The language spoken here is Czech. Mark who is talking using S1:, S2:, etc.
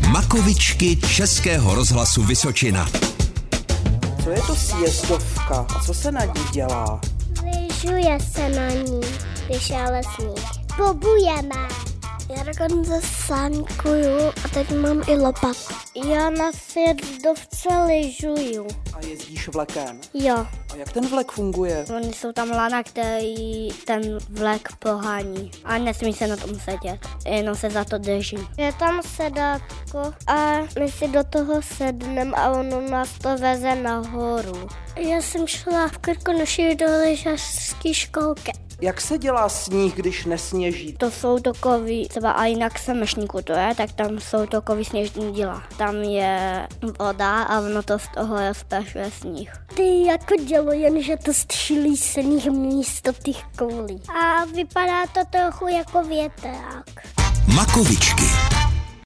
S1: Vlakovičky Českého rozhlasu Vysočina.
S2: Co je to sjezdovka a co se na ní dělá?
S3: Lyžuje se na ní, když je ale sníh. Bobujeme. Já dokonce sankuju a teď mám i lopat. Já na sjezdovce lyžuju.
S2: A jezdíš vlekem.
S3: Jo,
S2: A jak ten vlek funguje?
S3: oni jsou tam lana, který ten vlek pohání a nesmí se na tom sedět, jenom se za to drží. Je tam sedátko a my si do toho sedneme a ono nás to veze nahoru. Já jsem šla v Krkonoši do lyžařské školky.
S2: Jak se dělá sníh, když nesněží?
S3: To jsou takový, třeba a jinak se mešníku to je, tak tam jsou takový sněžní díla. Tam je voda a ono to z toho rozprašuje sníh.
S4: Ty jako dělo, jenže to střílí se nich místo těch koulí.
S3: A vypadá to trochu jako větrák.
S1: Makovičky.